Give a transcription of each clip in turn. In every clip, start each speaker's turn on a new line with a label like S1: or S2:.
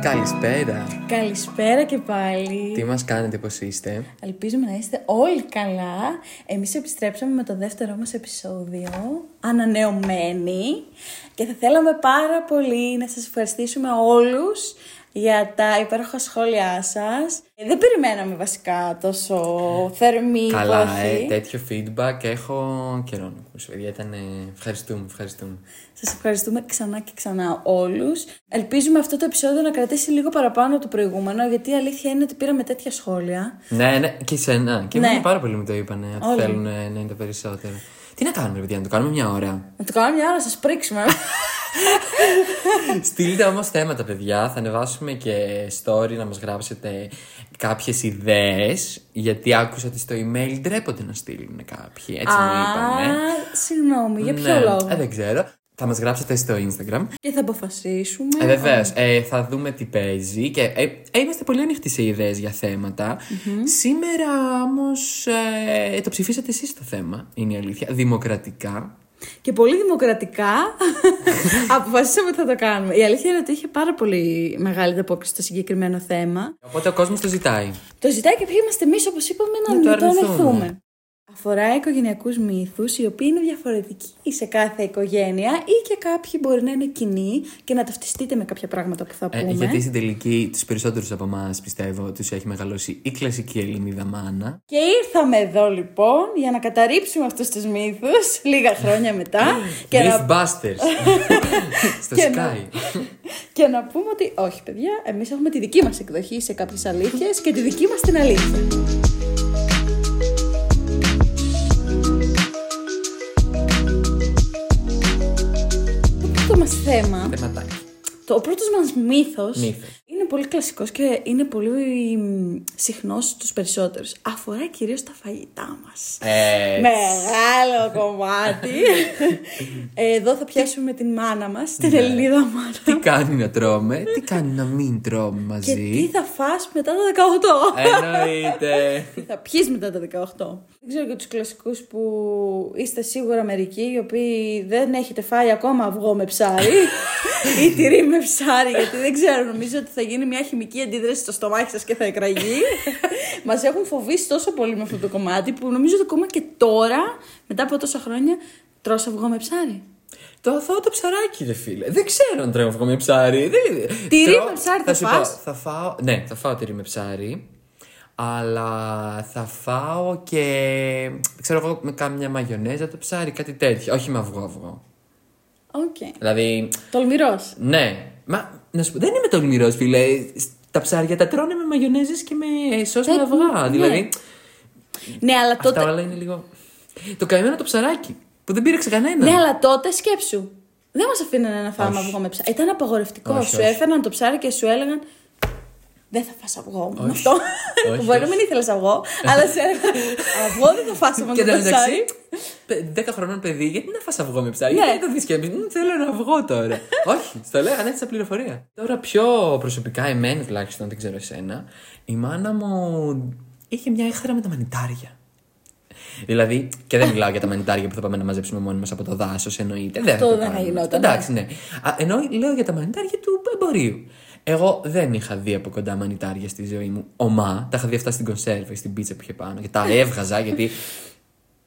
S1: Καλησπέρα.
S2: Καλησπέρα και πάλι.
S1: Τι μας κάνετε, πώς είστε.
S2: Ελπίζουμε να είστε όλοι καλά. Εμείς επιστρέψαμε με το δεύτερό μας επεισόδιο, ανανεωμένοι. Και θα θέλαμε πάρα πολύ να σας ευχαριστήσουμε όλους για τα υπέροχα σχόλιά σας. Ε, Δεν περιμέναμε βασικά τόσο θερμή
S1: Καλά,
S2: υπόθεση.
S1: ε, τέτοιο feedback έχω καιρό να ακούσω. παιδιά. Ήταν, ε, ευχαριστούμε, ευχαριστούμε.
S2: Σας ευχαριστούμε ξανά και ξανά όλους. Ελπίζουμε αυτό το επεισόδιο να κρατήσει λίγο παραπάνω το προηγούμενο, γιατί η αλήθεια είναι ότι πήραμε τέτοια σχόλια.
S1: Ναι, ναι, και σένα. Και
S2: Ναι.
S1: εμένα πάρα πολύ μου το είπανε ότι θέλουν ε, να είναι τα περισσότερα. Τι να κάνουμε, παιδιά, να το κάνουμε μια ώρα.
S2: Να το κάνουμε μια ώρα, να σας πρίξουμε.
S1: Στείλτε όμως θέματα, παιδιά. Θα ανεβάσουμε και story να μας γράψετε κάποιες ιδέες. Γιατί άκουσα ότι στο email ντρέπονται να στείλουν κάποιοι. Έτσι μου είπανε.
S2: συγγνώμη, για ποιο
S1: Ναι,
S2: λόγο.
S1: ε, δεν ξέρω. Θα μας γράψετε στο Instagram.
S2: Και θα αποφασίσουμε.
S1: Ε, Βεβαίως. Ε, θα δούμε τι παίζει και ε, ε, είμαστε πολύ ανοιχτοί σε ιδέες για θεματα Σήμερα όμως ε, το ψηφίσατε εσείς το θέμα. Είναι η αλήθεια. Δημοκρατικά.
S2: Και πολύ δημοκρατικά αποφασίσαμε ότι θα το κάνουμε. Η αλήθεια είναι ότι είχε πάρα πολύ μεγάλη ανταπόκριση στο συγκεκριμένο θέμα.
S1: Οπότε ο κόσμος το ζητάει.
S2: Το ζητάει και ποιοι είμαστε εμείς, όπως είπαμε, να
S1: Να το
S2: μην το
S1: αρνηθούμε.
S2: ανεχθούμε. Αφορά οικογενειακούς μύθους, οι οποίοι είναι διαφορετικοί σε κάθε οικογένεια ή και κάποιοι μπορεί να είναι κοινοί και να ταυτιστείτε με κάποια πράγματα που θα
S1: Ε,
S2: πούμε.
S1: γιατί στην τελική τους περισσότερους από εμάς πιστεύω τους έχει μεγαλώσει η κλασική Ελληνίδα μάνα.
S2: Και ήρθαμε εδώ λοιπόν για να καταρρύψουμε αυτούς τους μύθους λίγα χρόνια μετά και, να,
S1: Mythbusters. στο
S2: Και να-
S1: Sky.
S2: και να πούμε ότι όχι παιδιά, εμείς έχουμε τη δική μας εκδοχή σε κάποιες αλήθειες και τη δική μας την αλήθεια. Το πρώτο μας θέμα,
S1: Θεματάκι.
S2: το, ο πρώτος μας μύθος
S1: Μύθος.
S2: είναι πολύ κλασικός και είναι πολύ μ, συχνός στους περισσότερους. Αφορά κυρίως τα φαγητά μας.
S1: Ε,
S2: Ναι. Μεγάλο κομμάτι. Ε, Εδώ θα πιάσουμε την μάνα μας, την Ελληνίδα μάνα.
S1: Ναι. τι κάνει να τρώμε, τι κάνει να μην τρώμε
S2: Και τι
S1: μαζί.
S2: θα φας μετά τα
S1: Ε.
S2: 18.
S1: Εννοείται.
S2: Τι θα πιείς μετά τα 18. Δεν ξέρω και τους κλασικούς που είστε σίγουρα μερικοί οι οποίοι δεν έχετε φάει ακόμα αυγό με ψάρι ή τυρί με ψάρι γιατί δεν ξέρω νομίζω ότι θα γίνει μια χημική αντίδραση στο στομάχι σας και θα εκραγεί. Μας έχουν φοβήσει τόσο πολύ με αυτό το κομμάτι που νομίζω ότι ακόμα και τώρα μετά από τόσα χρόνια τρως αυγό με ψάρι.
S1: Το αθώο το ψαράκι, ρε φίλε. Δεν ξέρω αν τρώω αυγό με ψάρι. Δεν...
S2: Τυρί
S1: Τρώω-
S2: με ψάρι θα
S1: σου
S2: φας?
S1: πω, θα φάω. Ναι, θα φάω τυρί με ψάρι. Αλλά θα φάω και. δεν ξέρω εγώ με κάμια μαγιονέζα το ψάρι, κάτι τέτοιο. Όχι με αυγό αυγό.
S2: Οκ.
S1: Δηλαδή.
S2: Τολμηρός.
S1: Ναι. Μα να σου πω, δεν είμαι τολμηρός, φίλε. Τα ψάρια τα τρώνε με μαγιονέζες και με σως με
S2: Τα-
S1: αυγά.
S2: ναι.
S1: Δηλαδή.
S2: Ναι, αλλά τότε.
S1: Αυτά όλα είναι λίγο. Το καημένο το ψαράκι που δεν πήρεξε κανένα.
S2: Ναι, αλλά τότε σκέψου. Δεν μας αφήνανε να φάμε αυγό με ψάρι. Ήταν απαγορευτικό.
S1: Όχι,
S2: σου
S1: όχι.
S2: έφεραν το ψάρι και σου έλεγαν. Δεν θα φας αυγό με
S1: Όχι.
S2: αυτό.
S1: Όχι,
S2: Μπορεί να
S1: όχι.
S2: μην ήθελες αυγό, αλλά σε έλεγαν. Αυγό δεν θα φας με
S1: Και
S2: αυτό
S1: εν τω
S2: το
S1: μεταξύ,
S2: ψάρι.
S1: 10 χρονών παιδί, γιατί να φας αυγό με ψάρι.
S2: Ναι.
S1: Γιατί το δεις και «Μμ, θέλω ένα αυγό τώρα. Όχι, στο λέω, ανέστησα πληροφορία. Τώρα πιο προσωπικά, εμένα τουλάχιστον, δεν ξέρω εσένα, η μάνα μου είχε μια έχθρα με τα μανιτάρια. Δηλαδή, και δεν μιλάω για τα μανιτάρια που θα πάμε να μαζέψουμε μόνοι μας από το δάσος, εννοείται. Δεν
S2: Αυτό
S1: το
S2: δεν θα
S1: κάνουμε.
S2: γινόταν,
S1: Εντάξει, ναι. Α, ενώ λέω για τα μανιτάρια του εμπορίου. Εγώ δεν είχα δει από κοντά μανιτάρια στη ζωή μου. Ομά, τα είχα δει αυτά στην κονσέρβα ή στην πίτσα που είχε πάνω και τα έβγαζα γιατί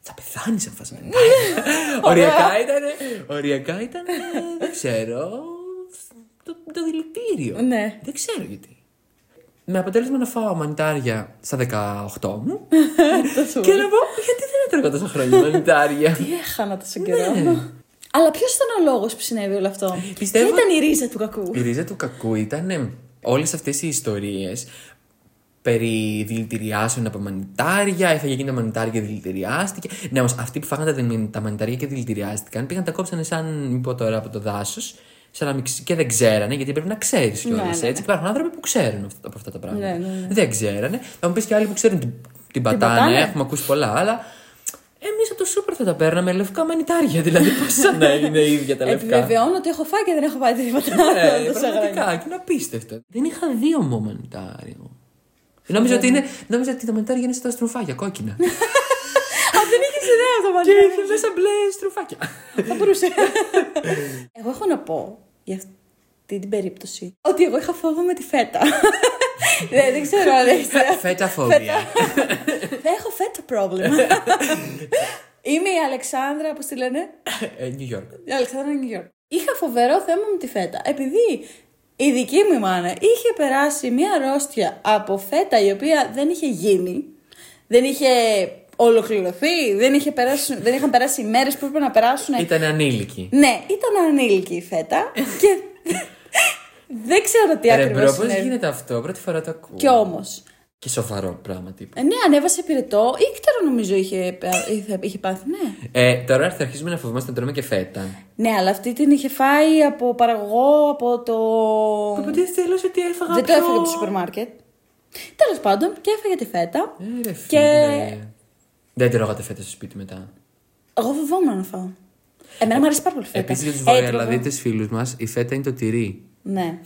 S1: θα πεθάνεις αν φας μανιτάρια. οριακά ήταν. Οριακά ήταν. Δεν ξέρω. Το, το δηλητήριο.
S2: Ναι.
S1: Δεν ξέρω γιατί. Με αποτέλεσμα να φάω μανιτάρια στα 18 μου και να πω γιατί δεν έτρωγα τόσα χρόνια μανιτάρια.
S2: Τι έχανα τόσο καιρό. Αλλά ποιος ήταν ο λόγος που συνέβη όλο αυτό.
S1: Ναι. Πιστεύω-
S2: Ποια ήταν η ρίζα του κακού.
S1: Η ρίζα του κακού ήταν όλες αυτές οι ιστορίες περί δηλητηριάσεων από μανιτάρια, έφαγε εκείνη τα μανιτάρια και δηλητηριάστηκε. Ναι, όμως αυτοί που φάγανε τα δηλη- τα μανιτάρια και δηλητηριάστηκαν πήγαν τα κόψανε σαν, μην πω τώρα, από το δάσος, σαν να μην ξε- και δεν ξέρανε, γιατί πρέπει να ξέρεις κιόλας,
S2: Ναι, ναι, ναι.
S1: έτσι. Υπάρχουν άνθρωποι που ξέρουν αυτά- από αυτά τα πράγματα.
S2: Ναι, ναι, ναι.
S1: Δεν ξέρανε. Θα μου πεις και άλλοι που ξέρουν την, την πατάνε,
S2: πατάνε.
S1: έχουμε ακούσει πολλά, αλλά... Εμείς από το σούπερ θα τα παίρναμε λευκά μανιτάρια, δηλαδή πόσα να
S2: Ναι.
S1: είναι ίδια τα λευκά.
S2: Επιβεβαιώνω ότι έχω φάει και δεν έχω πάει τίποτα.
S1: Ναι,
S2: τόσα χρόνια.
S1: πραγματικά, και είναι απίστευτο. Δεν είχα δύο μου μανιτάριο. Νόμιζα ότι, είναι, νόμιζα ότι τα μανιτάρια είναι στα στρουφάκια, κόκκινα.
S2: Ναι, Α, δεν είχες ιδέα αυτό,
S1: και
S2: Μαρία.
S1: είχε μέσα μπλε στρουφάκια.
S2: Θα μπορούσε. Εγώ έχω να πω για αυ- αυτή την περίπτωση. Ότι εγώ είχα φόβο με τη φέτα. Ναι, δεν, δεν ξέρω αν έχεις...
S1: Φέτα φόβια.
S2: Δεν έχω φέτα πρόβλημα. Είμαι η Αλεξάνδρα, πώς τη λένε.
S1: Νιου Ε, York.
S2: Η Αλεξάνδρα New York. Είχα φοβερό θέμα με τη φέτα. Επειδή η δική μου μάνα είχε περάσει μία αρρώστια από φέτα η οποία δεν είχε γίνει, δεν είχε ολοκληρωθεί, δεν, είχε περάσει, δεν είχαν περάσει οι μέρες που έπρεπε να περάσουν.
S1: Ήταν ανήλικη.
S2: Ναι, ήταν ανήλικη η φέτα και δεν ξέρω τι
S1: Ρε μπρο,
S2: ακριβώς
S1: πώ
S2: συνέβη.
S1: γίνεται αυτό, πρώτη φορά το ακούω.
S2: Και όμως,
S1: Και σοβαρό πράγμα τύπου.
S2: ε, ναι, ανέβασε πυρετό. Ήκταρο νομίζω είχε, είχε, είχε πάθει, ναι.
S1: Ε, τώρα θα αρχίσουμε να φοβόμαστε να τρώμε και φέτα.
S2: Ναι, αλλά αυτή την είχε φάει από παραγωγό, από το.
S1: Υποτίθεται λες ότι έφαγα
S2: Δεν το έφαγε από το σούπερ μάρκετ. Τέλος πάντων, και έφαγε τη φέτα.
S1: Ε, ρε, φίλε.
S2: Και-
S1: Δεν τρώγατε φέτα στο σπίτι μετά.
S2: Εγώ φοβόμουν να φάω. Εμένα μου αρέσει πάρα πολύ η φέτα.
S1: Επίσης για δηλαδή, του
S2: Έτρωγα-
S1: βορειοελλαδίτε φίλους μας, η φέτα είναι το τυρί.
S2: Ναι.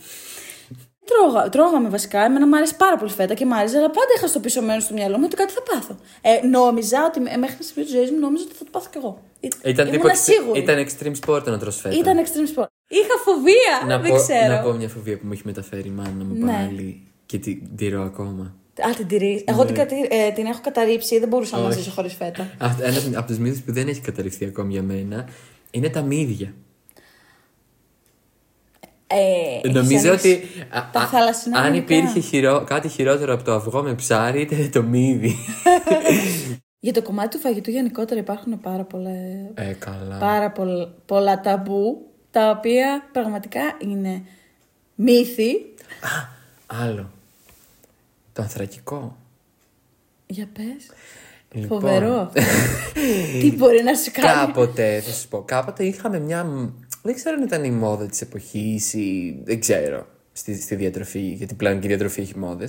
S2: Τρώγα, τρώγαμε βασικά. Εμένα μου αρέσει πάρα πολύ η φέτα και μου άρεσε, αλλά πάντα είχα στο πίσω μέρος του μυαλό μου ότι κάτι θα πάθω. Ε, νόμιζα ότι ε, μέχρι να σημείο τη ζωή μου νόμιζα ότι θα το πάθω κι εγώ. Ή-
S1: Ήταν,
S2: ήμουνα
S1: τύπο,
S2: σίγουρη. Ήταν...
S1: ήταν extreme sport να τρως φέτα.
S2: extreme sport. Είχα φοβία,
S1: να,
S2: δεν
S1: πω,
S2: ξέρω.
S1: να πω μια φοβία που μου έχει μεταφέρει η μάνα μου
S2: Ναι.
S1: πάλι και την τηρώ ακόμα.
S2: Α, την τυρί. Εγώ
S1: Ναι.
S2: την, κατη- ε, την έχω καταρρύψει, δεν μπορούσα να ζήσω χωρίς φέτα.
S1: Ένας από του μύθους που δεν έχει καταρριφθεί ακόμη για μένα είναι τα μύδια.
S2: Ε, έχεις
S1: Νομίζω
S2: ανοίξει
S1: ότι α-
S2: τα
S1: α-
S2: θαλασσινά
S1: αν
S2: μυϊκά.
S1: υπήρχε χειρό, κάτι χειρότερο από το αυγό με ψάρι ήταν το μύδι.
S2: Για το κομμάτι του φαγητού γενικότερα υπάρχουν πάρα πολλά,
S1: ε, καλά.
S2: πάρα πολλ- πολλά ταμπού τα οποία πραγματικά είναι μύθοι.
S1: Άλλο. Το ανθρακικό.
S2: Για πες.
S1: Λοιπόν,
S2: Φοβερό αυτό. Τι μπορεί να σου κάνει.
S1: Κάποτε, θα σου πω, κάποτε είχαμε μια. μ, Δεν ξέρω αν ήταν η μόδα της εποχής ή. Δεν ξέρω. Στη, στη διατροφή, γιατί πλέον και η διατροφή έχει μόδες.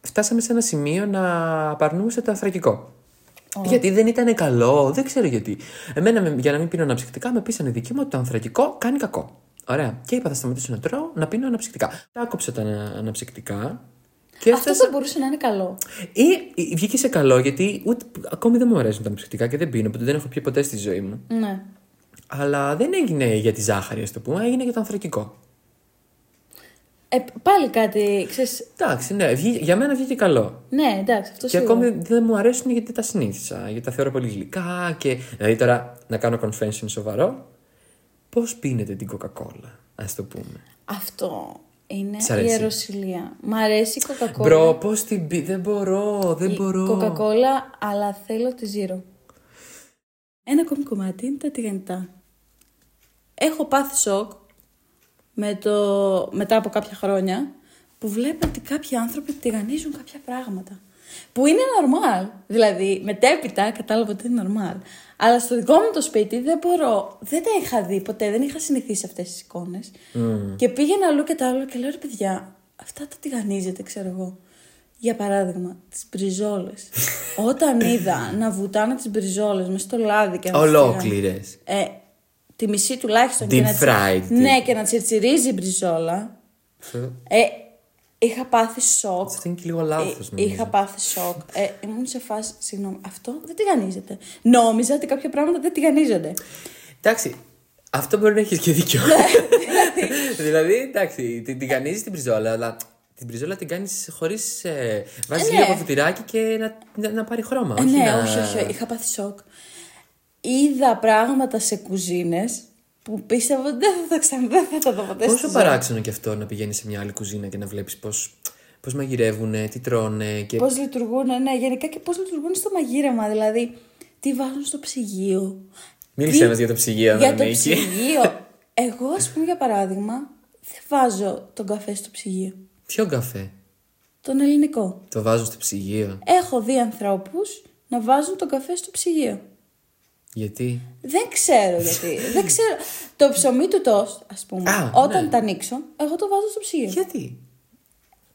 S1: Φτάσαμε σε ένα σημείο να απαρνούμαστε το ανθρακικό. Γιατί δεν ήταν καλό, δεν ξέρω γιατί. Εμένα, με- για να μην πίνω αναψυκτικά, με πείσανε δικοί μου ότι το ανθρακικό κάνει κακό. Ωραία. Και είπα, θα σταματήσω να τρώω, να πίνω αναψυκτικά. Τα άκοψα τα ανα- αναψυκτικά. Και
S2: Αυτό θα μπορούσε να είναι καλό.
S1: ή ή βγήκε σε καλό, γιατί ούτε, ακόμη δεν μου αρέσουν τα αναψυκτικά και δεν πίνω, οπότε δεν έχω πιει ποτέ στη ζωή μου.
S2: Ναι.
S1: Αλλά δεν έγινε για τη ζάχαρη, ας το πούμε, έγινε για το ανθρακικό.
S2: Ε, πάλι κάτι, ξέρεις,
S1: Εντάξει, ναι, βγή- για μένα βγήκε καλό.
S2: ναι, εντάξει, αυτό
S1: Και
S2: σίγουρα.
S1: ακόμη δεν μου αρέσουν γιατί τα συνήθισα. Γιατί τα θεωρώ πολύ γλυκά και. Δηλαδή τώρα να κάνω confession σοβαρό. Πώς πίνετε την Coca-Cola, ας το πούμε.
S2: Αυτό είναι
S1: Της
S2: η
S1: αρέσει.
S2: ιεροσιλία. Μ' αρέσει η Coca-Cola.
S1: Μπρο, πώς την πει. Δεν μπορώ, δεν
S2: Η
S1: μπορώ.
S2: Coca-Cola, αλλά θέλω τη Zero. Ένα ακόμη κομμάτι είναι τα τηγανιτά. Έχω πάθει σοκ με το... μετά από κάποια χρόνια που βλέπω ότι κάποιοι άνθρωποι τηγανίζουν κάποια πράγματα. Που είναι normal. Δηλαδή, μετέπειτα κατάλαβα ότι είναι normal. Αλλά στο δικό μου το σπίτι δεν μπορώ. Δεν τα είχα δει ποτέ, δεν είχα συνηθίσει αυτές τις εικόνες. Και πήγαινα αλλού και τα άλλο και λέω ρε παιδιά, αυτά τα τηγανίζετε, ξέρω εγώ. Για παράδειγμα, τις μπριζόλες. Όταν είδα να βουτάνε τις μπριζόλες μες στο λάδι και να τις
S1: Ολόκληρες.
S2: ε, τη μισή τουλάχιστον.
S1: Deep
S2: και να τσι-
S1: fried.
S2: Ναι, και να τσιρτσιρίζει η μπριζόλα. Ε, είχα πάθει σοκ.
S1: Αυτό είναι και λίγο
S2: Ε,
S1: λάθο, νομίζω.
S2: είχα πάθει σοκ. Ε, ήμουν σε φάση. Συγγνώμη, αυτό δεν τηγανίζεται. Νόμιζα ότι κάποια πράγματα δεν τηγανίζονται.
S1: Εντάξει, αυτό μπορεί να έχεις και δίκιο.
S2: Ναι.
S1: δηλαδή, εντάξει, την τηγανίζεις την πριζόλα, αλλά την πριζόλα την κάνεις χωρίς. Ε, Βάζεις
S2: Ε, ναι.
S1: λίγο φωτειράκι και να, να, να πάρει χρώμα.
S2: Ε,
S1: όχι
S2: ναι,
S1: να...
S2: όχι, όχι, είχα πάθει σοκ. Είδα πράγματα σε κουζίνες που πίστευα ότι δεν θα τα ξανά, δεν θα τα δω ποτέ στη
S1: Πόσο
S2: ζωή.
S1: παράξενο και αυτό να πηγαίνεις σε μια άλλη κουζίνα και να βλέπεις πώς πώς μαγειρεύουν, τι τρώνε. Και...
S2: Πώς λειτουργούν, ναι, γενικά και πώς λειτουργούν στο μαγείρεμα. Δηλαδή, τι βάζουν στο ψυγείο.
S1: Μίλησε
S2: τι-
S1: μας για το ψυγείο,
S2: Για το
S1: Νίκη.
S2: ψυγείο. Εγώ, ας πούμε, για παράδειγμα, δεν βάζω τον καφέ στο ψυγείο.
S1: Ποιο καφέ.
S2: Τον ελληνικό.
S1: Το βάζω στο ψυγείο.
S2: Έχω δει ανθρώπους να βάζουν τον καφέ στο ψυγείο.
S1: Γιατί.
S2: Δεν ξέρω γιατί. δεν ξέρω. Το ψωμί του τόστ, ας πούμε,
S1: Α,
S2: όταν
S1: ναι.
S2: τα ανοίξω, εγώ το βάζω στο ψυγείο.
S1: Γιατί.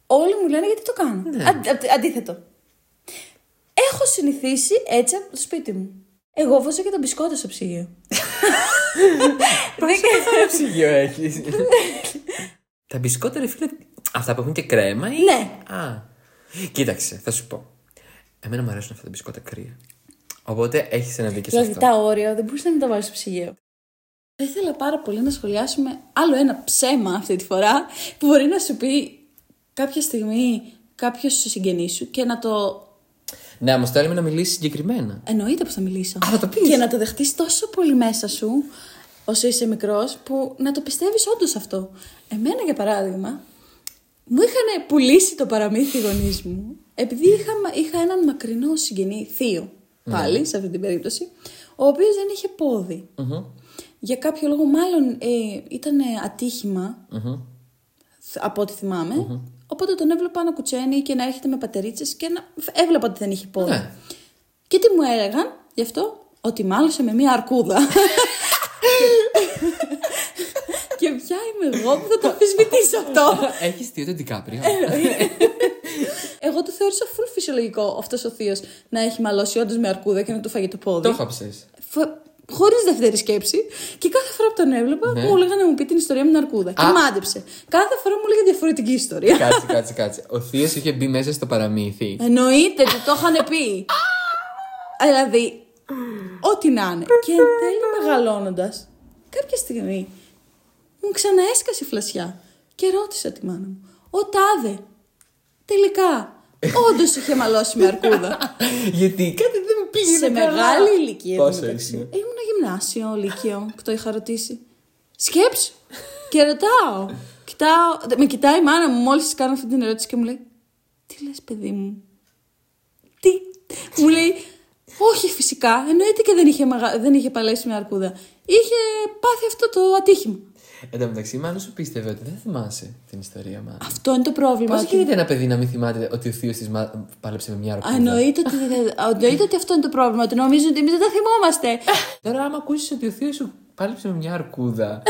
S2: Όλοι μου λένε γιατί το κάνω.
S1: Ναι.
S2: Αν- αν- αντίθετο. Έχω συνηθίσει έτσι από το σπίτι μου. Εγώ βάζω και τα μπισκότα στο ψυγείο. Δεν ξέρω.
S1: Ποιο ψυγείο έχεις.
S2: Ναι.
S1: Τα μπισκότα, ρε φίλε, αυτά που έχουν και κρέμα ή.
S2: Ναι.
S1: Α. Κοίταξε, θα σου πω. Εμένα μου αρέσουν αυτά τα μπισκότα κρύα. Οπότε έχεις ένα δίκιο σε
S2: Δηλαδή
S1: αυτό.
S2: τα όρια δεν μπορούσε να τα βάλεις στο ψυγείο. Θα ήθελα πάρα πολύ να σχολιάσουμε άλλο ένα ψέμα αυτή τη φορά που μπορεί να σου πει κάποια στιγμή κάποιος συγγενή σου και να το.
S1: Ναι, μα το έλεγε να μιλήσεις συγκεκριμένα.
S2: Εννοείται που θα μιλήσω.
S1: Α, θα το πεις.
S2: Και να το δεχτείς τόσο πολύ μέσα σου όσο είσαι μικρός που να το πιστεύεις όντως αυτό. Εμένα για παράδειγμα, μου είχαν πουλήσει το παραμύθι οι γονείς μου επειδή είχα, είχα έναν μακρινό συγγενή, θείο
S1: Ναι.
S2: πάλι σε αυτή την περίπτωση, ο οποίος δεν είχε πόδι. Για κάποιο λόγο, μάλλον ε, ήταν ατύχημα
S1: Μμμ.
S2: θ- από ό,τι θυμαμαι Οπότε τον έβλεπα να κουτσένει και να έρχεται με πατερίτσες και να... έβλεπα ότι δεν είχε πόδι.
S1: Ναι.
S2: Και τι μου έλεγαν γι' αυτό, ότι μάλωσε με μία αρκούδα. και ποια είμαι εγώ που θα το αμφισβητήσω αυτό.
S1: Έχεις τι ούτε την Κάπρια.
S2: εγώ το θεώρησα full φυσιολογικό αυτός ο θείος να έχει μαλώσει όντως με αρκούδα και να του φάγει το πόδι.
S1: Το χάψες.
S2: Χωρίς δεύτερη σκέψη. Και κάθε φορά που τον έβλεπα,
S1: Ναι.
S2: μου έλεγαν να μου πει την ιστορία με την αρκούδα. Και
S1: Α.
S2: μάντεψε. Κάθε φορά μου έλεγε διαφορετική ιστορία.
S1: Κάτσε, κάτσε, κάτσε. Ο Θείος είχε μπει μέσα στο παραμύθι.
S2: Εννοείται ότι το είχαν πει. δηλαδή, ό,τι να είναι. Και εν τέλει μεγαλώνοντας, κάποια στιγμή μου ξαναέσκασε η φλασιά και ρώτησα τη μάνα μου. Ο Τάδε, τελικά, όντως είχε μαλώσει με αρκούδα.
S1: Γιατί κάτι δεν μου πήγαινε.
S2: σε
S1: καλά.
S2: μεγάλη ηλικία. εν τω
S1: Πόσο
S2: μεταξύ.
S1: ήσουν.
S2: Ήμουνα γυμνάσιο, λύκειο, που το είχα ρωτήσει. Σκέψου! και ρωτάω. Κοιτάω, δε- με κοιτάει η μάνα μου μόλις κάνω αυτή την ερώτηση και μου λέει: Τι λες, παιδί μου. Τι. μου λέει: Όχι, φυσικά. Εννοείται και δεν είχε, μαγα... δεν είχε παλέσει με αρκούδα. Είχε πάθει αυτό το ατύχημα.
S1: Εν τω μεταξύ, μάλλον σου πίστευε ότι δεν θυμάσαι την ιστορία μα.
S2: Αυτό είναι το πρόβλημα.
S1: Πώς
S2: ότι-
S1: γίνεται ένα παιδί να μην θυμάται ότι ο Θείος της μα... πάλεψε με μια αρκούδα.
S2: Εννοείται ότι, δεν- εννοείται ότι αυτό είναι το πρόβλημα. Ότι νομίζουν ότι εμείς δεν τα θυμόμαστε.
S1: Τώρα, άμα ακούσεις ότι ο Θείος σου πάλεψε με μια αρκούδα.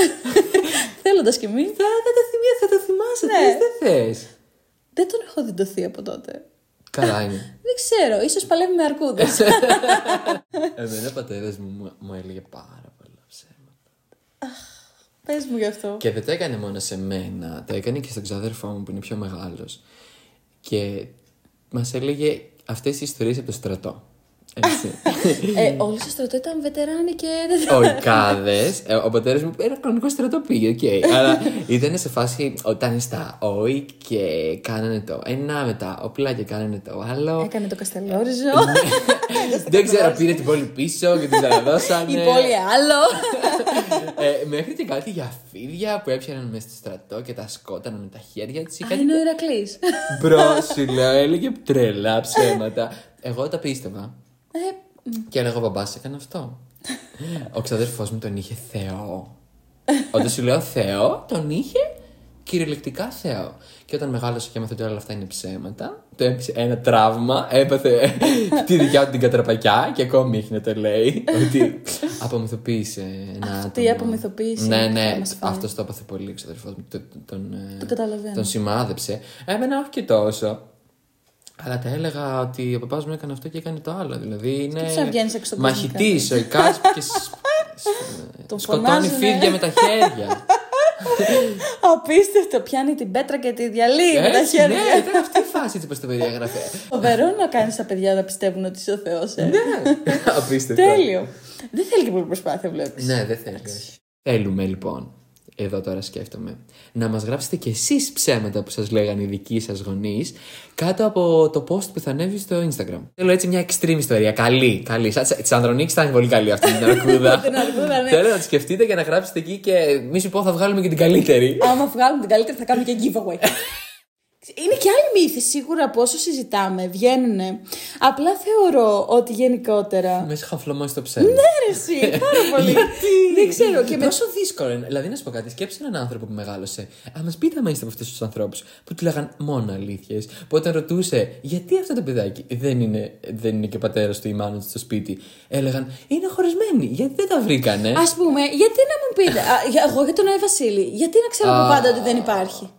S2: Θέλοντας κι εμείς.
S1: θα, θα, τα θυμία, θα το θυμάσαι.
S2: Ναι.
S1: Ναι. Δεν θες.
S2: Δεν τον έχω δει από τότε.
S1: Καλά είναι.
S2: Δεν ξέρω, ίσως παλεύει με αρκούδες.
S1: Εμένα ο πατέρα μου, μου μου έλεγε πάρα πολλά ψέματα.
S2: Πες μου γι' αυτό.
S1: Και δεν το έκανε μόνο σε μένα, το έκανε και στον ξάδερφό μου που είναι πιο μεγάλος. Και μας έλεγε αυτές τι ιστορίες από το στρατό. Έτσι.
S2: Ε, όλοι στο στρατό ήταν βετεράνοι και...
S1: Ο Ικάδε, ο πατέρας μου, ένα κανονικό στρατό πήγε, οκ. Αλλά ήταν σε φάση όταν ήταν στα ΟΙΚ και κάνανε το ένα, μετά όπλα και κάνανε το άλλο.
S2: Έκανε το καστελόριζο.
S1: Ναι. Δεν ξέρω, ναι. πήρε την πόλη πίσω και την
S2: Η
S1: ξαναδώσανε.
S2: πόλη άλλο.
S1: ε, μέχρι και κάτι για φίδια που έπιαναν μέσα στο στρατό και τα σκόταναν με τα χέρια της.
S2: Α, είναι ο Ηρακλής.
S1: Μπρος, σου λέω, έλεγε τρελά ψέματα. Εγώ τα πίστευα.
S2: Ε,
S1: Και αν εγώ μπαμπάς έκανε αυτό. Ο ξαδερφό μου τον είχε Θεό. Όταν σου λέω Θεό, τον είχε κυριολεκτικά Θεό. Και όταν μεγάλωσε και έμαθε ότι όλα αυτά είναι ψέματα, του έπεισε ένα τραύμα, έπαθε τη δικιά του την κατραπακιά και ακόμη έχει να το λέει. Ότι απομυθοποίησε ένα άτομο.
S2: Αυτή η απομυθοποίηση
S1: Ναι,
S2: που θα
S1: ναι,
S2: μας φάει.
S1: αυτός το έπαθε πολύ ο ξαδερφό μου. Τον, τον, ε,
S2: Το καταλαβαίνω.
S1: Τον σημάδεψε. Εμένα όχι και τόσο. Αλλά τα έλεγα ότι ο παπάς μου έκανε αυτό και έκανε το άλλο. Δηλαδή είναι.
S2: Σκέψου να βγαίνεις έξω στον κόσμο
S1: Μαχητής, ο Ικάς και. σ- σ-
S2: Τον
S1: Σκοτώνει
S2: φωνάζουνε.
S1: φίδια με τα χέρια.
S2: Απίστευτο, πιάνει την πέτρα και τη διαλύει με τα
S1: Έτσι,
S2: χέρια.
S1: ναι, ήταν αυτή η φάση έτσι πως το περιέγραφε.
S2: Φοβερό να κάνεις τα παιδιά να πιστεύουν ότι είσαι ο Θεός, ε.
S1: Ναι, απίστευτο.
S2: Τέλειο. Δεν θέλει και πολύ προσπάθεια, βλέπεις.
S1: Ναι, δεν θέλει. Θέλουμε λοιπόν, εδώ τώρα σκέφτομαι, να μας γράψετε κι εσείς ψέματα που σας λέγανε οι δικοί σας γονείς κάτω από το post που θα ανέβει στο Instagram. Θέλω έτσι μια extreme ιστορία. Καλή, καλή. Σαν της Ανδρονίκης ήταν πολύ καλή αυτή την αρκούδα.
S2: Την αρκούδα, ναι.
S1: Θέλω να τη σκεφτείτε και να γράψετε εκεί και μη σου πω θα βγάλουμε και την καλύτερη.
S2: Άμα βγάλουμε την καλύτερη, θα κάνουμε και giveaway. Είναι και άλλοι μύθοι σίγουρα από όσο συζητάμε, βγαίνουν. Απλά θεωρώ ότι γενικότερα.
S1: Μέσα χαφλωμό στο ψέμα.
S2: Ναι, Έρεση, πάρα πολύ. Δεν ξέρω. Και με...
S1: Πόσο δύσκολο είναι. Δηλαδή, να σου πω κάτι, σκέψε έναν άνθρωπο που μεγάλωσε. Αν μας πείτε, άμα είστε από αυτούς τους ανθρώπους που του λέγαν μόνο αλήθειες, που όταν ρωτούσε γιατί αυτό το παιδάκι δεν είναι, δεν είναι και πατέρας του ή μάνα του στο σπίτι, έλεγαν Είναι χωρισμένοι, γιατί δεν τα βρήκανε.
S2: Ας πούμε, γιατί να μου πείτε. Α, για- εγώ για τον Άι Βασίλη, γιατί να ξέρω από
S1: Α.
S2: πάντα ότι δεν υπάρχει.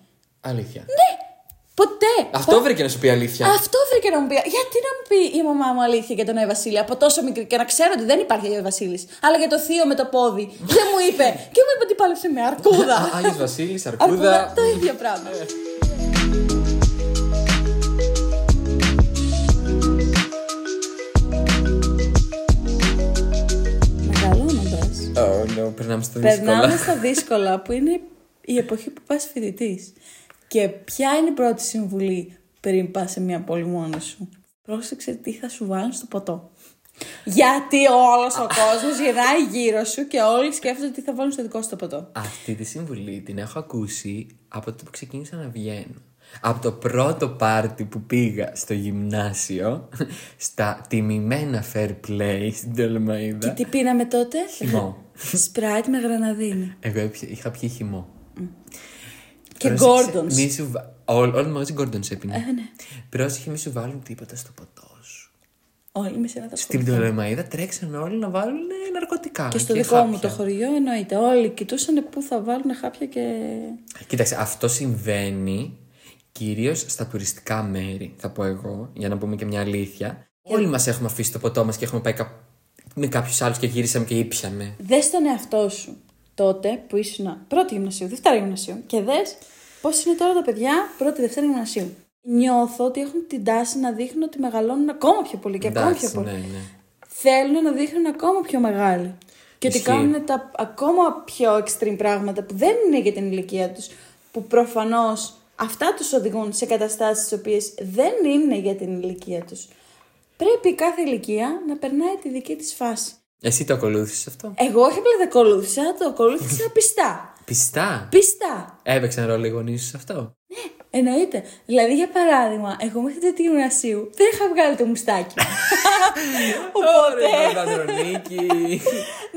S1: Αλήθεια.
S2: Ναι, Ποτέ.
S1: Αυτό βρήκε να σου πει αλήθεια.
S2: Αυτό βρήκε να μου πει. Γιατί να μου πει η μαμά μου αλήθεια για τον Άι Βασίλη από τόσο μικρή και να ξέρω ότι δεν υπάρχει Άι Βασίλης. Αλλά για το θείο με το πόδι. Δεν μου είπε. Και μου είπε ότι πάλεψε με αρκούδα.
S1: Άγιο Βασίλης, αρκούδα.
S2: Αρκούδα, το ίδιο πράγμα. Μεγαλώνοντας,
S1: Ω, λέω, περνάμε στα δύσκολα.
S2: Περνάμε στα δύσκολα που είναι η εποχή που πας φοιτητής. Και ποια είναι η πρώτη συμβουλή πριν πας σε μια πόλη μόνος σου. Πρόσεξε τι θα σου βάλουν στο ποτό. Γιατί όλος ο κόσμος γυράει γύρω σου και όλοι σκέφτονται τι θα βάλουν στο δικό σου το ποτό.
S1: Αυτή τη συμβουλή την έχω ακούσει από τότε που ξεκίνησα να βγαίνω. Από το πρώτο πάρτι που πήγα στο γυμνάσιο, στα τιμημένα fair play στην Τολμαϊδα.
S2: Τι πίναμε τότε?
S1: Χυμό.
S2: Σπράιτ με γραναδίνη.
S1: Εγώ έπια- είχα πιει χυμό.
S2: Και
S1: Πρόσεξε,
S2: Gordons.
S1: Μη σου βα... Όλοι, όλοι μαζί Gordons έπινε.
S2: Ε, ναι.
S1: Πρόσεχε, μη σου βάλουν τίποτα στο ποτό σου.
S2: Όλοι με σένα θα
S1: Στην Τολεμαϊδα τρέξαν όλοι να βάλουν ε, ναρκωτικά.
S2: Και στο δικό μου το χωριό εννοείται. Όλοι κοιτούσαν πού θα βάλουν χάπια και.
S1: Κοίταξε, αυτό συμβαίνει κυρίως στα τουριστικά μέρη, θα πω εγώ, για να πούμε και μια αλήθεια.
S2: Ε,
S1: Όλοι μας έχουμε αφήσει το ποτό μας και έχουμε πάει κάπου με κάποιους άλλους και γύρισαμε και ήπιαμε.
S2: Δες τον εαυτό σου τότε που ήσουν πρώτη γυμνασίου, δευτέρα γυμνασίου και δες πώς είναι τώρα τα παιδιά πρώτη, δευτέρα γυμνασίου. Νιώθω ότι έχουν την τάση να δείχνουν ότι μεγαλώνουν ακόμα πιο πολύ και ακόμα πιο πολύ.
S1: ναι, ναι.
S2: Θέλουν να δείχνουν ακόμα πιο μεγάλοι. Και ότι
S1: Ισχύει.
S2: κάνουν τα ακόμα πιο extreme πράγματα που δεν είναι για την ηλικία τους. Που προφανώς αυτά τους οδηγούν σε καταστάσεις τις οποίες δεν είναι για την ηλικία τους. Πρέπει κάθε ηλικία να περνάει τη δική της φάση.
S1: Εσύ το ακολούθησες αυτό.
S2: Εγώ όχι απλά δεν ακολούθησα, το ακολούθησα πιστά.
S1: Πιστά.
S2: Πιστά.
S1: Έπαιξαν ρόλο οι γονείς σου σε αυτό.
S2: Εννοείται. Δηλαδή, για παράδειγμα, εγώ μέχρι την τρίτη γυμνασίου δεν είχα βγάλει το μουστάκι. Οπότε. ε.
S1: Ωραία, Βαδρονίκη.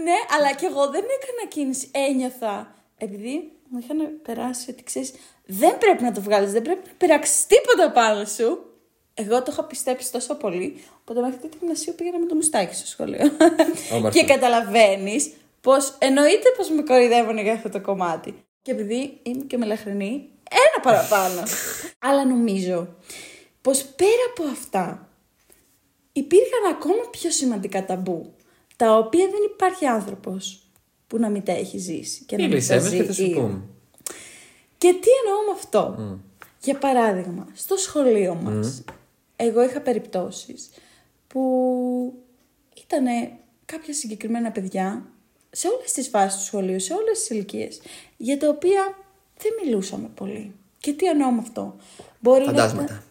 S2: ναι, αλλά και εγώ δεν έκανα κίνηση. Ένιωθα. Επειδή μου είχαν περάσει ότι ξέρεις, δεν πρέπει να το βγάλεις, δεν πρέπει να πειράξεις τίποτα πάνω σου. Εγώ το είχα πιστέψει τόσο πολύ, οπότε μέχρι την τρίτη γυμνασίου πήγαινα με το μουστάκι στο σχολείο.
S1: Όμορφο.
S2: και καταλαβαίνεις πως εννοείται πως με κοροϊδεύουν για αυτό το κομμάτι. Και επειδή είμαι και μελαχρινή, ένα παραπάνω. Αλλά νομίζω πως πέρα από αυτά, υπήρχαν ακόμα πιο σημαντικά ταμπού, τα οποία δεν υπάρχει άνθρωπος που να μην τα έχει ζήσει και να μην
S1: Μίλησε
S2: τα
S1: μα και θα
S2: ζει.
S1: σου πούμε.
S2: Και τι εννοώ με αυτό. Για παράδειγμα, στο σχολείο μας, εγώ είχα περιπτώσεις που ήταν κάποια συγκεκριμένα παιδιά σε όλες τις φάσεις του σχολείου, σε όλες τις ηλικίες, για τα οποία δεν μιλούσαμε πολύ. Και τι εννοώ με αυτό. Μπορεί Να ήταν...
S1: Φαντάσματα.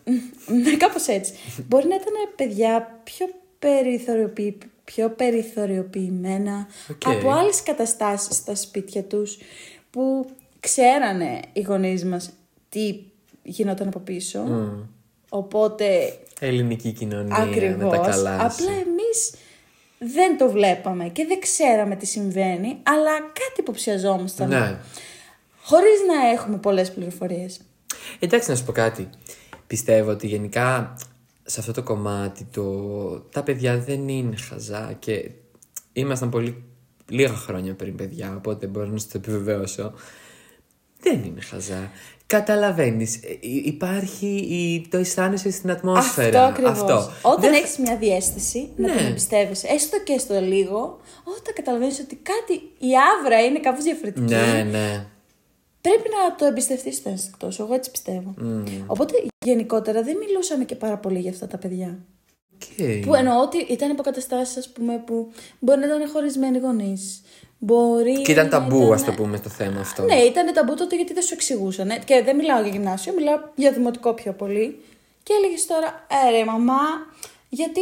S2: Ναι, κάπως έτσι. Μπορεί να ήταν παιδιά πιο, περιθωριοποιη... πιο περιθωριοποιημένα
S1: Οκ.
S2: από άλλες καταστάσεις στα σπίτια τους που ξέρανε οι γονείς μας τι γινόταν από πίσω. Οπότε
S1: Ελληνική κοινωνία με Ναι, τα
S2: ακριβώς,
S1: καλά. σου.
S2: απλά εμείς δεν το βλέπαμε και δεν ξέραμε τι συμβαίνει, αλλά κάτι υποψιαζόμασταν.
S1: Ναι.
S2: Χωρίς να έχουμε πολλές πληροφορίες.
S1: Εντάξει, να σου πω κάτι. Πιστεύω ότι γενικά σε αυτό το κομμάτι το... τα παιδιά δεν είναι χαζά και ήμασταν πολύ λίγα χρόνια πριν παιδιά, οπότε μπορώ να σου το επιβεβαιώσω. Δεν είναι χαζά. Καταλαβαίνεις, ε, υ- υπάρχει η... το αισθάνεσαι στην ατμόσφαιρα.
S2: Αυτό ακριβώς. Όταν
S1: Δεν-
S2: έχεις έχεις μια διέστηση, να
S1: Ναι.
S2: την εμπιστεύεσαι, έστω και στο λίγο, όταν καταλαβαίνεις ότι κάτι, η άβρα είναι κάπως διαφορετική,
S1: Ναι, ναι.
S2: πρέπει να το εμπιστευτείς το ένστικτό σου. Εγώ έτσι πιστεύω.
S1: Mm.
S2: Οπότε γενικότερα δεν μιλούσαμε και πάρα πολύ για αυτά τα παιδιά.
S1: Ναι. Okay.
S2: Που εννοώ ότι ήταν υποκαταστάσεις, ας πούμε, που μπορεί να ήταν χωρισμένοι γονείς. Μπορεί.
S1: Και ήταν
S2: να
S1: ταμπού,
S2: ήταν-
S1: ας το πούμε, το θέμα αυτό.
S2: ναι, ήταν ταμπού τότε γιατί δεν σου εξηγούσαν. Και δεν μιλάω για γυμνάσιο, μιλάω για δημοτικό πιο πολύ. Και έλεγες τώρα, ε ρε μαμά, γιατί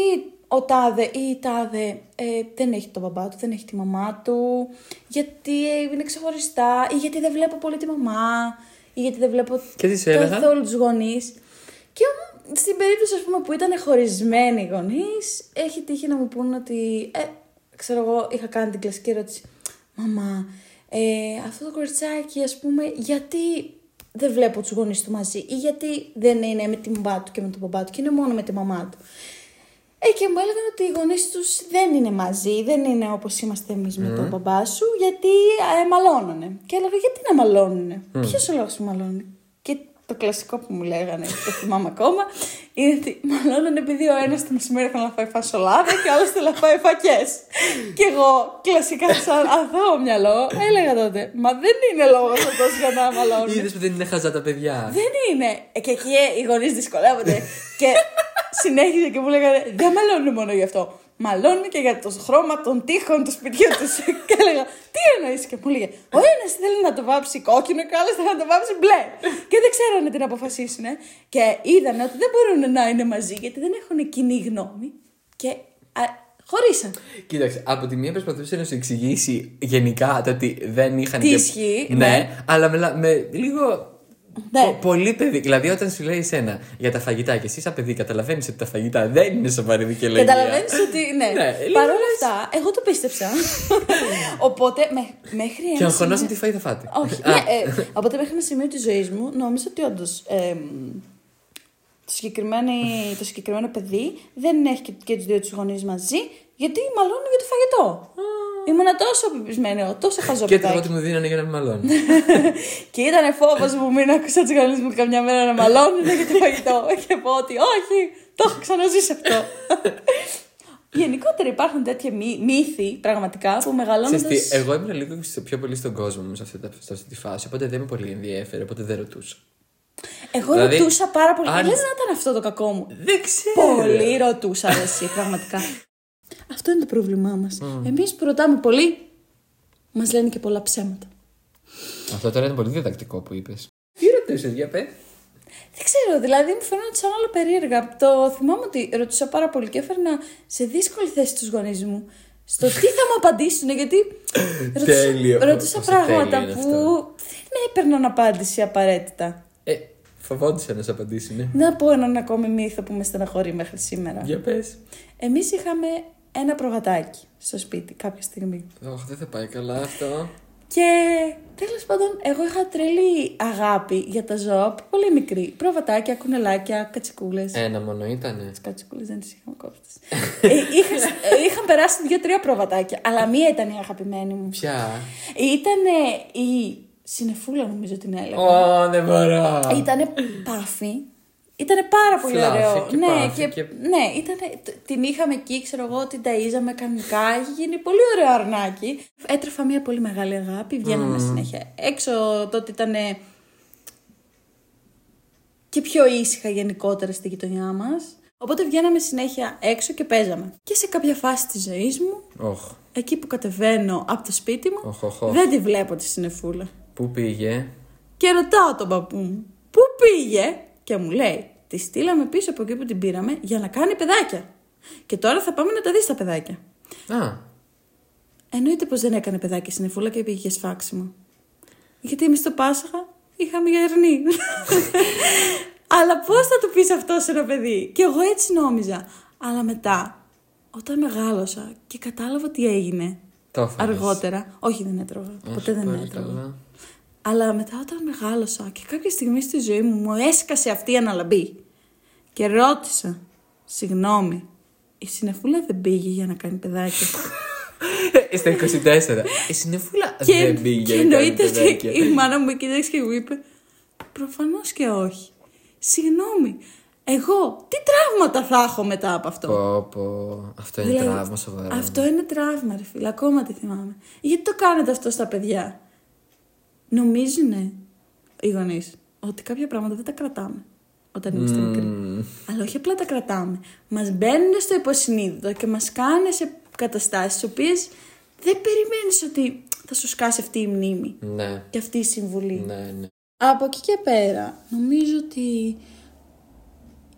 S2: ο τάδε ή η τάδε ε, δεν έχει τον μπαμπά του, δεν έχει τη μαμά του, γιατί ε, είναι ξεχωριστά, ή γιατί δεν βλέπω πολύ τη μαμά, ή γιατί δεν βλέπω
S1: Και τι σου έλεγα?
S2: καθόλου τους γονείς. Και μ, στην περίπτωση ας πούμε, που ήταν χωρισμένοι οι γονείς, έχει τύχει να μου πούνε ότι. Ε, ξέρω εγώ, είχα κάνει την κλασική ερώτηση. Μαμά, ε, αυτό το κοριτσάκι, ας πούμε, γιατί δεν βλέπω τους γονείς του μαζί, ή γιατί δεν είναι με τη μαμά του και με τον μπαμπά του, και είναι μόνο με τη μαμά του. Ε, και μου έλεγαν ότι οι γονείς τους δεν είναι μαζί, δεν είναι όπως είμαστε εμείς με τον μπαμπά σου, γιατί ε, μαλώνανε. Και έλεγα, γιατί να μαλώνουνε, mm. ποιος ο λόγος που μαλώνει. Και το κλασικό που μου λέγανε, το θυμάμαι ακόμα, είναι ότι μαλώνανε επειδή ο ένας το μεσημέρι θέλει να φάει φασολάδα και ο άλλος θέλει να φάει φακές. και εγώ, κλασικά, σαν αθώο μυαλό, έλεγα τότε, Μα δεν είναι λόγος αυτός για να μαλώνουν.
S1: Είδες που δεν είναι χαζά τα παιδιά.
S2: Δεν είναι. Ε, Και εκεί ε, οι γονείς δυσκολεύονται. και συνέχιζε και μου λέγανε Δεν μαλώνουν μόνο γι' αυτό. Μαλώνουν και για το χρώμα των τείχων του σπιτιού του. και έλεγα Τι εννοείς. εννοήσει. Και μου έλεγε Ο ένας θέλει να το βάψει κόκκινο και ο άλλος θέλει να το βάψει μπλε. και δεν ξέρανε τι να αποφασίσουν. Και είδαν ότι δεν μπορούν να είναι μαζί γιατί δεν έχουν κοινή γνώμη. Και α, χωρίσαν.
S1: Κοίταξε, από τη μία προσπαθούσε να σου εξηγήσει γενικά το ότι δεν είχαν.
S2: Τι
S1: και-
S2: ισχύει,
S1: Ναι,
S2: ναι.
S1: αλλά με, με λίγο.
S2: Ναι.
S1: πο- πολύ παιδί. Δηλαδή, όταν σου λέει εσένα για τα φαγητά και εσύ σαν παιδί καταλαβαίνεις ότι τα φαγητά δεν είναι σοβαρή δικαιολογία.
S2: Καταλαβαίνεις ότι. Ναι,
S1: Ναι, λίγο
S2: παρόλα αυτά, εγώ το πίστεψα. Οπότε μέ- μέχρι
S1: Και
S2: ένα. σημείο-
S1: αγχωνόσαι τι φάει θα φάτε.
S2: ναι. Όχι.
S1: Α,
S2: ναι, ε, οπότε μέχρι ένα σημείο της ζωής μου νόμιζα ότι όντως. το, συγκεκριμένη- το συγκεκριμένο παιδί δεν έχει και, και τους δύο τους γονείς μαζί, γιατί μαλώνουν για το φαγητό. Ήμουνα τόσο πεπισμένη, τόσο χαζό
S1: και το
S2: παιδάκι.
S1: εγώ τι μου δίνανε για να μην
S2: Ναι,
S1: μαλώνω.
S2: Και ήταν φόβο μου, μην ακούσα τους γονεί μου καμιά μέρα να μαλώνουν για το φαγητό. και πω ότι όχι, το έχω ξαναζήσει αυτό. Γενικότερα υπάρχουν τέτοια μύ- μύθοι πραγματικά που μεγαλώνοντας.
S1: Ξέρεις τι, εγώ ήμουν λίγο σε- πιο πολύ στον κόσμο μου σε αυτή, τα- σε αυτή τη φάση, οπότε δεν με πολύ ενδιέφερε, οπότε δεν ρωτούσα.
S2: Εγώ
S1: δηλαδή,
S2: ρωτούσα πάρα πολύ.
S1: αν-
S2: Αν... Λες να ήταν αυτό το κακό μου.
S1: Δεν ξέρω.
S2: Πολύ ρωτούσα ρε εσύ, πραγματικά. αυτό είναι το πρόβλημά μας. Εμείς που ρωτάμε πολύ, μας λένε και πολλά ψέματα.
S1: Αυτό τώρα είναι πολύ διδακτικό που είπες. Τι ρωτούσες, για πες.
S2: Δεν ξέρω, δηλαδή μου φαίνονται σαν όλα περίεργα. Το θυμάμαι ότι ρωτούσα πάρα πολύ και έφερνα σε δύσκολη θέση τους γονείς μου. Στο τι θα μου απαντήσουν, γιατί ρωτούσα,
S1: Τέλειο.
S2: ρωτούσα
S1: Πόσο τέλειο
S2: πράγματα
S1: είναι
S2: που
S1: αυτό.
S2: δεν έπαιρναν απάντηση απαραίτητα.
S1: Ε, φοβόντουσα να σου απαντήσει, ναι.
S2: Να πω έναν ακόμη μύθο που με στεναχωρεί μέχρι σήμερα.
S1: Για πες.
S2: Εμείς είχαμε ένα προβατάκι στο σπίτι κάποια στιγμή.
S1: Όχι, δεν θα πάει καλά αυτό.
S2: Και τέλος πάντων, εγώ είχα τρελή αγάπη για τα ζώα από πολύ μικρή. Προβατάκια, κουνελάκια, κατσικούλες.
S1: Ένα μόνο ήτανε.
S2: Τις κατσικούλες δεν τις είχαμε κόψεις. ε, είχα, ε, είχαν περάσει δύο-τρία προβατάκια, αλλά μία ήταν η αγαπημένη μου.
S1: Ποια.
S2: Ήταν ε, η συνεφούλα, νομίζω την έλεγα.
S1: Ω, δεν μπορώ.
S2: Ήτανε πάφη. Ήτανε πάρα πολύ
S1: Φλάφη
S2: ωραίο.
S1: και
S2: ναι,
S1: πάφη
S2: και,
S1: και-
S2: ναι, ήτανε, τ- την είχαμε εκεί, ξέρω εγώ, την ταΐζαμε κανονικά. Είχε γίνει πολύ ωραίο αρνάκι. Έτρεφα μια πολύ μεγάλη αγάπη, βγαίναμε συνέχεια. Έξω τότε ήταν και πιο ήσυχα γενικότερα στη γειτονιά μας. Οπότε βγαίναμε συνέχεια έξω και παίζαμε. Και σε κάποια φάση της ζωής μου,
S1: Οχ,
S2: εκεί που κατεβαίνω από το σπίτι μου,
S1: οχ, οχ, οχ.
S2: δεν τη βλέπω τη συνεφούλα.
S1: Πού πήγε.
S2: Και ρωτάω τον παππού μου, πού πήγε και μου λέει, τη στείλαμε πίσω από εκεί που την πήραμε για να κάνει παιδάκια. Και τώρα θα πάμε να τα δεις τα παιδάκια.
S1: Α,
S2: Εννοείται πως δεν έκανε παιδάκια στην εφούλα και πήγε για σφάξιμο. Γιατί εμείς το Πάσχα είχαμε γερνή. Αλλά πώς θα του πεις αυτό σε ένα παιδί. Και εγώ έτσι νόμιζα. Αλλά μετά, όταν μεγάλωσα και κατάλαβα τι έγινε.
S1: το έφαγες.
S2: Αργότερα. Όχι, δεν έτρωγα.
S1: Όχι,
S2: Ποτέ δεν
S1: πάλι
S2: έτρωγα.
S1: καλά.
S2: Αλλά μετά όταν μεγάλωσα και κάποια στιγμή στη ζωή μου μου έσκασε αυτή η αναλαμπή. Και ρώτησα, συγγνώμη, η συνεφούλα δεν πήγε για να κάνει παιδάκια.
S1: Ε, Στα 24. Η συνεφούλα δεν πήγε.
S2: και
S1: να
S2: εννοείται
S1: κάνει
S2: ότι
S1: παιδάκια.
S2: η μάνα μου με κοίταξε και μου είπε, προφανώς και όχι. Συγγνώμη, εγώ τι τραύματα θα έχω μετά από αυτό.
S1: Πω, πω. Αυτό είναι
S2: Δηλαδή,
S1: τραύμα σοβαρό.
S2: Αυτό είναι τραύμα, ρε φίλε. Ακόμα τη θυμάμαι. Γιατί το κάνετε αυτό στα παιδιά. Νομίζουνε οι γονείς ότι κάποια πράγματα δεν τα κρατάμε όταν είμαστε μικροί. Αλλά όχι απλά τα κρατάμε. Μας μπαίνουν στο υποσυνείδητο και μας κάνουν σε καταστάσεις τι οποίες δεν περιμένεις ότι θα σου σκάσει αυτή η μνήμη
S1: Ναι,
S2: και αυτή η συμβουλή.
S1: ναι, ναι.
S2: Από εκεί και πέρα, νομίζω ότι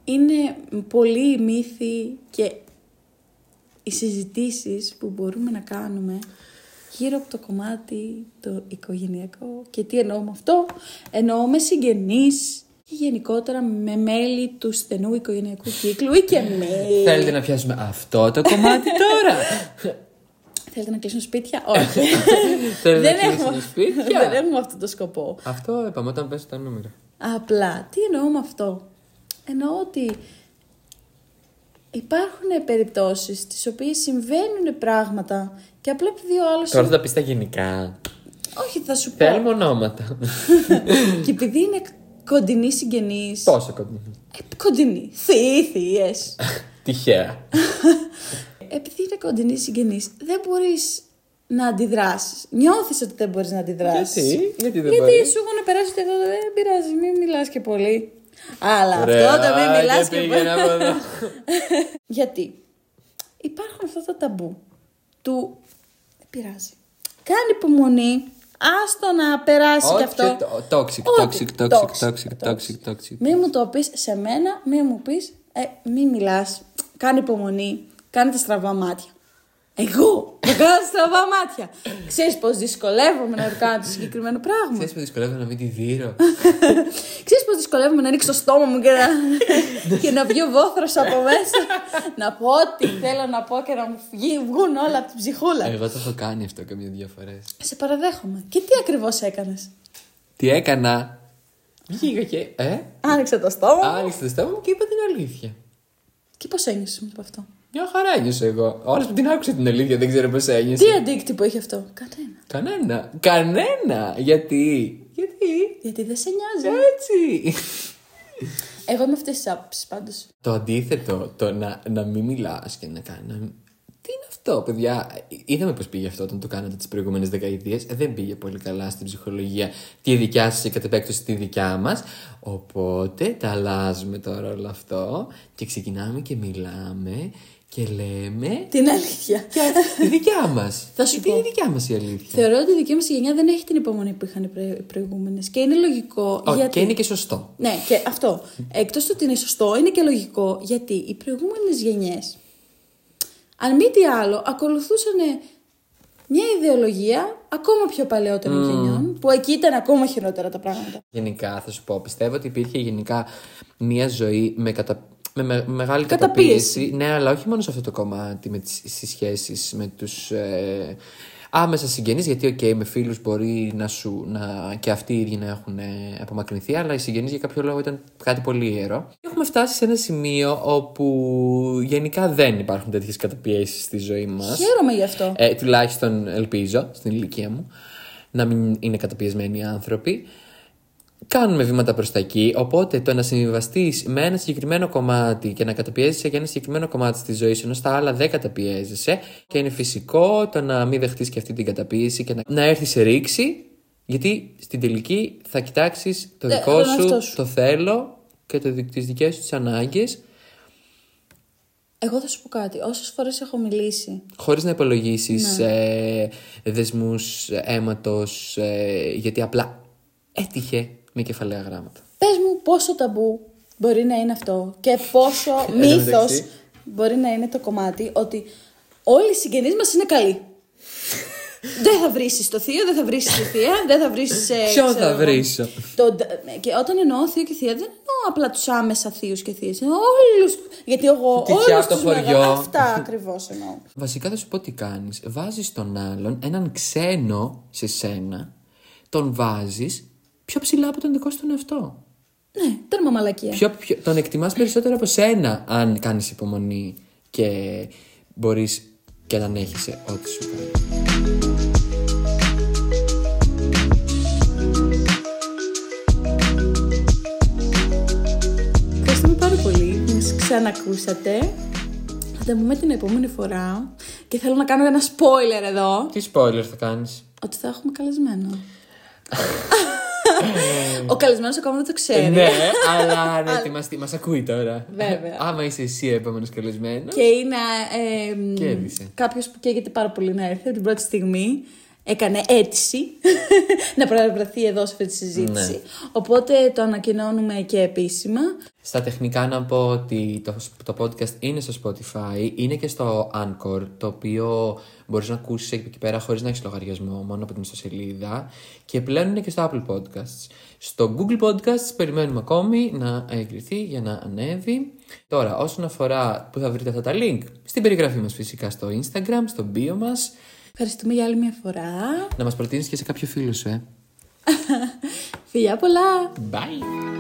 S2: είναι πολλοί οι μύθοι και οι συζητήσεις που μπορούμε να κάνουμε γύρω από το κομμάτι το οικογενειακό. Και τι εννοώ με αυτό, εννοώ με συγγενείς και γενικότερα με μέλη του στενού οικογενειακού κύκλου ή και με...
S1: Θέλετε να πιάσουμε αυτό το κομμάτι τώρα.
S2: Θέλετε να κλείσουν σπίτια, όχι.
S1: Θέλετε να
S2: Δεν
S1: κλείσουμε
S2: έχουμε- Δεν
S1: σπίτια.
S2: έχουμε αυτό το σκοπό.
S1: Αυτό είπαμε όταν πες τα νούμερα.
S2: Απλά, τι εννοώ με αυτό. Εννοώ ότι υπάρχουν περιπτώσεις τις οποίες συμβαίνουν πράγματα και απλά επειδή ο άλλος...
S1: Τώρα θα τα πεις τα γενικά.
S2: Όχι, θα σου πω.
S1: Θέλουμε ονόματα.
S2: και επειδή είναι κοντινοί συγγενείς...
S1: Πόσο κοντινή.
S2: Ε, κοντινοί. Θείοι, θείες.
S1: Τυχαία.
S2: επειδή είναι κοντινοί συγγενείς, δεν μπορείς να αντιδράσεις. Νιώθεις ότι δεν μπορείς να αντιδράσεις.
S1: Γιατί, γιατί δεν
S2: Γιατί
S1: μπορεί.
S2: σου έχουν περάσει και εδώ δεν πειράζει, μην μιλάς και πολύ. Αλλά
S1: Ρε,
S2: αυτό το μην
S1: α,
S2: μιλάς και,
S1: πήγαινε
S2: πολύ.
S1: από εδώ.
S2: Γιατί υπάρχουν αυτά τα ταμπού του. Δεν πειράζει. Κάνει υπομονή. Άστο να περάσει κι
S1: Όχι,
S2: αυτό.
S1: το- Toxic,
S2: Ό,τι-
S1: toxic, toxic, toxic, toxic, toxic.
S2: Μη μου το πεις σε μένα, μη μου πεις, ε, μη μιλάς. Κάνει υπομονή. Κάνε τα στραβά μάτια. Εγώ θα κάνω τα στραβά μάτια. Ξέρεις πώς δυσκολεύομαι να κάνω το συγκεκριμένο πράγμα.
S1: Ξέρεις που δυσκολεύεται να μην τη δείρω.
S2: Ξέρεις πώς δυσκολεύομαι να ανοίξω το στόμα μου και να, και να βγει ο βόθρος από μέσα. να πω ό,τι θέλω να πω και να μου βγει- βγουν όλα από την ψυχούλα.
S1: Εγώ το έχω κάνει αυτό καμιά δύο φορές.
S2: Σε παραδέχομαι. Και τι ακριβώς έκανες.
S1: Τι έκανα. Βγήκα και. Ε,
S2: Άνοιξε το στόμα. μου
S1: άνοιξε το στόμα μου και είπα την αλήθεια.
S2: Και πώς ένιωσες με αυτό.
S1: Μια χαρά ένιωσα εγώ. Όλες που την άκουσα την αλήθεια δεν ξέρω πώς ένιωσε.
S2: Τι αντίκτυπο είχε αυτό. Κανένα.
S1: Κανένα. Κανένα. Γιατί. Γιατί.
S2: Γιατί δεν σε νοιάζει.
S1: Έτσι.
S2: Εγώ είμαι αυτή τη άποψη πάντως.
S1: Το αντίθετο, το να, να μην μιλάς και να κάνει. να μην- Τι είναι αυτό, παιδιά. Είδαμε πώς πήγε αυτό όταν το κάνατε τις προηγούμενες δεκαετίες. Δεν πήγε πολύ καλά στην ψυχολογία. Τη δικιά σας και κατ' επέκταση τη δικιά μας. Οπότε τα αλλάζουμε τώρα όλο αυτό και ξεκινάμε και μιλάμε και λέμε.
S2: Την αλήθεια.
S1: Και αυτή τη δικιά μας.
S2: Θα σου
S1: Τι είναι
S2: πω.
S1: η δικιά μας η αλήθεια.
S2: Θεωρώ ότι η δική μας γενιά δεν έχει την υπομονή που είχαν οι προ- οι προηγούμενες. Και είναι λογικό.
S1: Ω,
S2: γιατί...
S1: Και είναι και σωστό.
S2: Ναι, και αυτό. Εκτός του ότι είναι σωστό, είναι και λογικό γιατί οι προηγούμενες γενιές, αν μη τι άλλο, ακολουθούσαν μια ιδεολογία ακόμα πιο παλαιότερων γενιών, που εκεί ήταν ακόμα χειρότερα τα πράγματα.
S1: Γενικά, θα σου πω, πιστεύω ότι υπήρχε γενικά μια ζωή με, κατα... με, με- μεγάλη
S2: Καταπίεση.
S1: καταπίεση. Ναι, αλλά όχι μόνο σε αυτό το κομμάτι, με τις, στις σχέσεις, με τους ε, άμεσα συγγενείς, γιατί οκ, με φίλους μπορεί να σου, να, και αυτοί οι ίδιοι να έχουν ε, απομακρυνθεί, αλλά οι συγγενείς για κάποιο λόγο ήταν κάτι πολύ ιερό. Έχουμε φτάσει σε ένα σημείο όπου γενικά δεν υπάρχουν τέτοιες καταπιέσεις στη ζωή μας.
S2: Χαίρομαι γι' αυτό.
S1: Ε, τουλάχιστον ελπίζω στην ηλικία μου να μην είναι καταπιεσμένοι οι άνθρωποι. Κάνουμε βήματα προς τα εκεί. Οπότε το να συμβιβαστείς με ένα συγκεκριμένο κομμάτι και να καταπιέζεσαι για ένα συγκεκριμένο κομμάτι της ζωής, ενώ στα άλλα δεν καταπιέζεσαι, και είναι φυσικό το να μην δεχτείς και αυτή την καταπίεση και να, να έρθει σε ρήξη, γιατί στην τελική θα κοιτάξεις το
S2: Ναι,
S1: δικό
S2: τον εαυτό
S1: σου,
S2: σου.
S1: το θέλω και το, τις δικές σου τις ανάγκες
S2: Εγώ θα σου πω κάτι. Όσες φορές έχω μιλήσει.
S1: χωρίς να υπολογίσεις ε, δεσμούς αίματος, ε, γιατί απλά έτυχε με κεφαλαία γράμματα.
S2: Πες μου πόσο ταμπού μπορεί να είναι αυτό και πόσο μύθος
S1: μεταξύ.
S2: μπορεί να είναι το κομμάτι ότι όλοι οι συγγενείς μας είναι καλοί. δεν θα βρεις το θείο, δεν θα βρεις τη θεία, δεν θα βρεις.
S1: Ποιον θα βρίσω.
S2: Το, ε, και όταν εννοώ θείο και θεία, δεν εννοώ απλά τους άμεσα θείους και θείες. Όλους. Γιατί εγώ.
S1: Τη θιά
S2: όλους
S1: στο
S2: τους
S1: χωριό.
S2: μεγάλα- Αυτά ακριβώς εννοώ.
S1: Βασικά θα σου πω τι κάνεις. Βάζεις τον άλλον, έναν ξένο σε σένα, τον βάζεις πιο ψηλά από τον δικό σου τον εαυτό.
S2: Ναι, τέρμα μαλακία.
S1: Πιο, πιο- τον εκτιμάς περισσότερο από σένα αν κάνεις υπομονή και μπορείς και να ανέχεσαι ό,τι σου κάνει.
S2: Ευχαριστούμε πάρα πολύ που μας ξανακούσατε. Θα τα πούμε την επόμενη φορά. Και θέλω να κάνω ένα spoiler εδώ.
S1: Τι spoiler θα κάνεις.
S2: Ότι θα έχουμε καλεσμένο. Ο καλεσμένος ακόμα δεν το ξέρει.
S1: Ναι, αλλά ανετοιμαστεί. Μα ακούει τώρα.
S2: Βέβαια.
S1: Άμα είσαι εσύ επόμενος καλεσμένος.
S2: Και είναι ε,
S1: Κέρδισε.
S2: κάποιος που καίγεται πάρα πολύ να έρθει από την πρώτη στιγμή. Έκανε αίτηση να παραβρεθεί εδώ σε αυτή τη συζήτηση. Οπότε το ανακοινώνουμε και επίσημα.
S1: Στα τεχνικά να πω ότι το, το podcast είναι στο Spotify, είναι και στο Anchor, το οποίο μπορείς να ακούσεις εκεί πέρα χωρίς να έχεις λογαριασμό, μόνο από την ιστοσελίδα. Και πλέον είναι και στο Apple Podcasts. Στο Google Podcasts περιμένουμε ακόμη να εγκριθεί για να ανέβει. Τώρα, όσον αφορά που θα βρείτε αυτά τα link, στην περιγραφή μας φυσικά στο Instagram, στο bio μας,
S2: Ευχαριστούμε για άλλη μια φορά.
S1: να μας προτείνεις και σε κάποιο φίλο σου, ε.
S2: Φιλιά πολλά!
S1: Bye!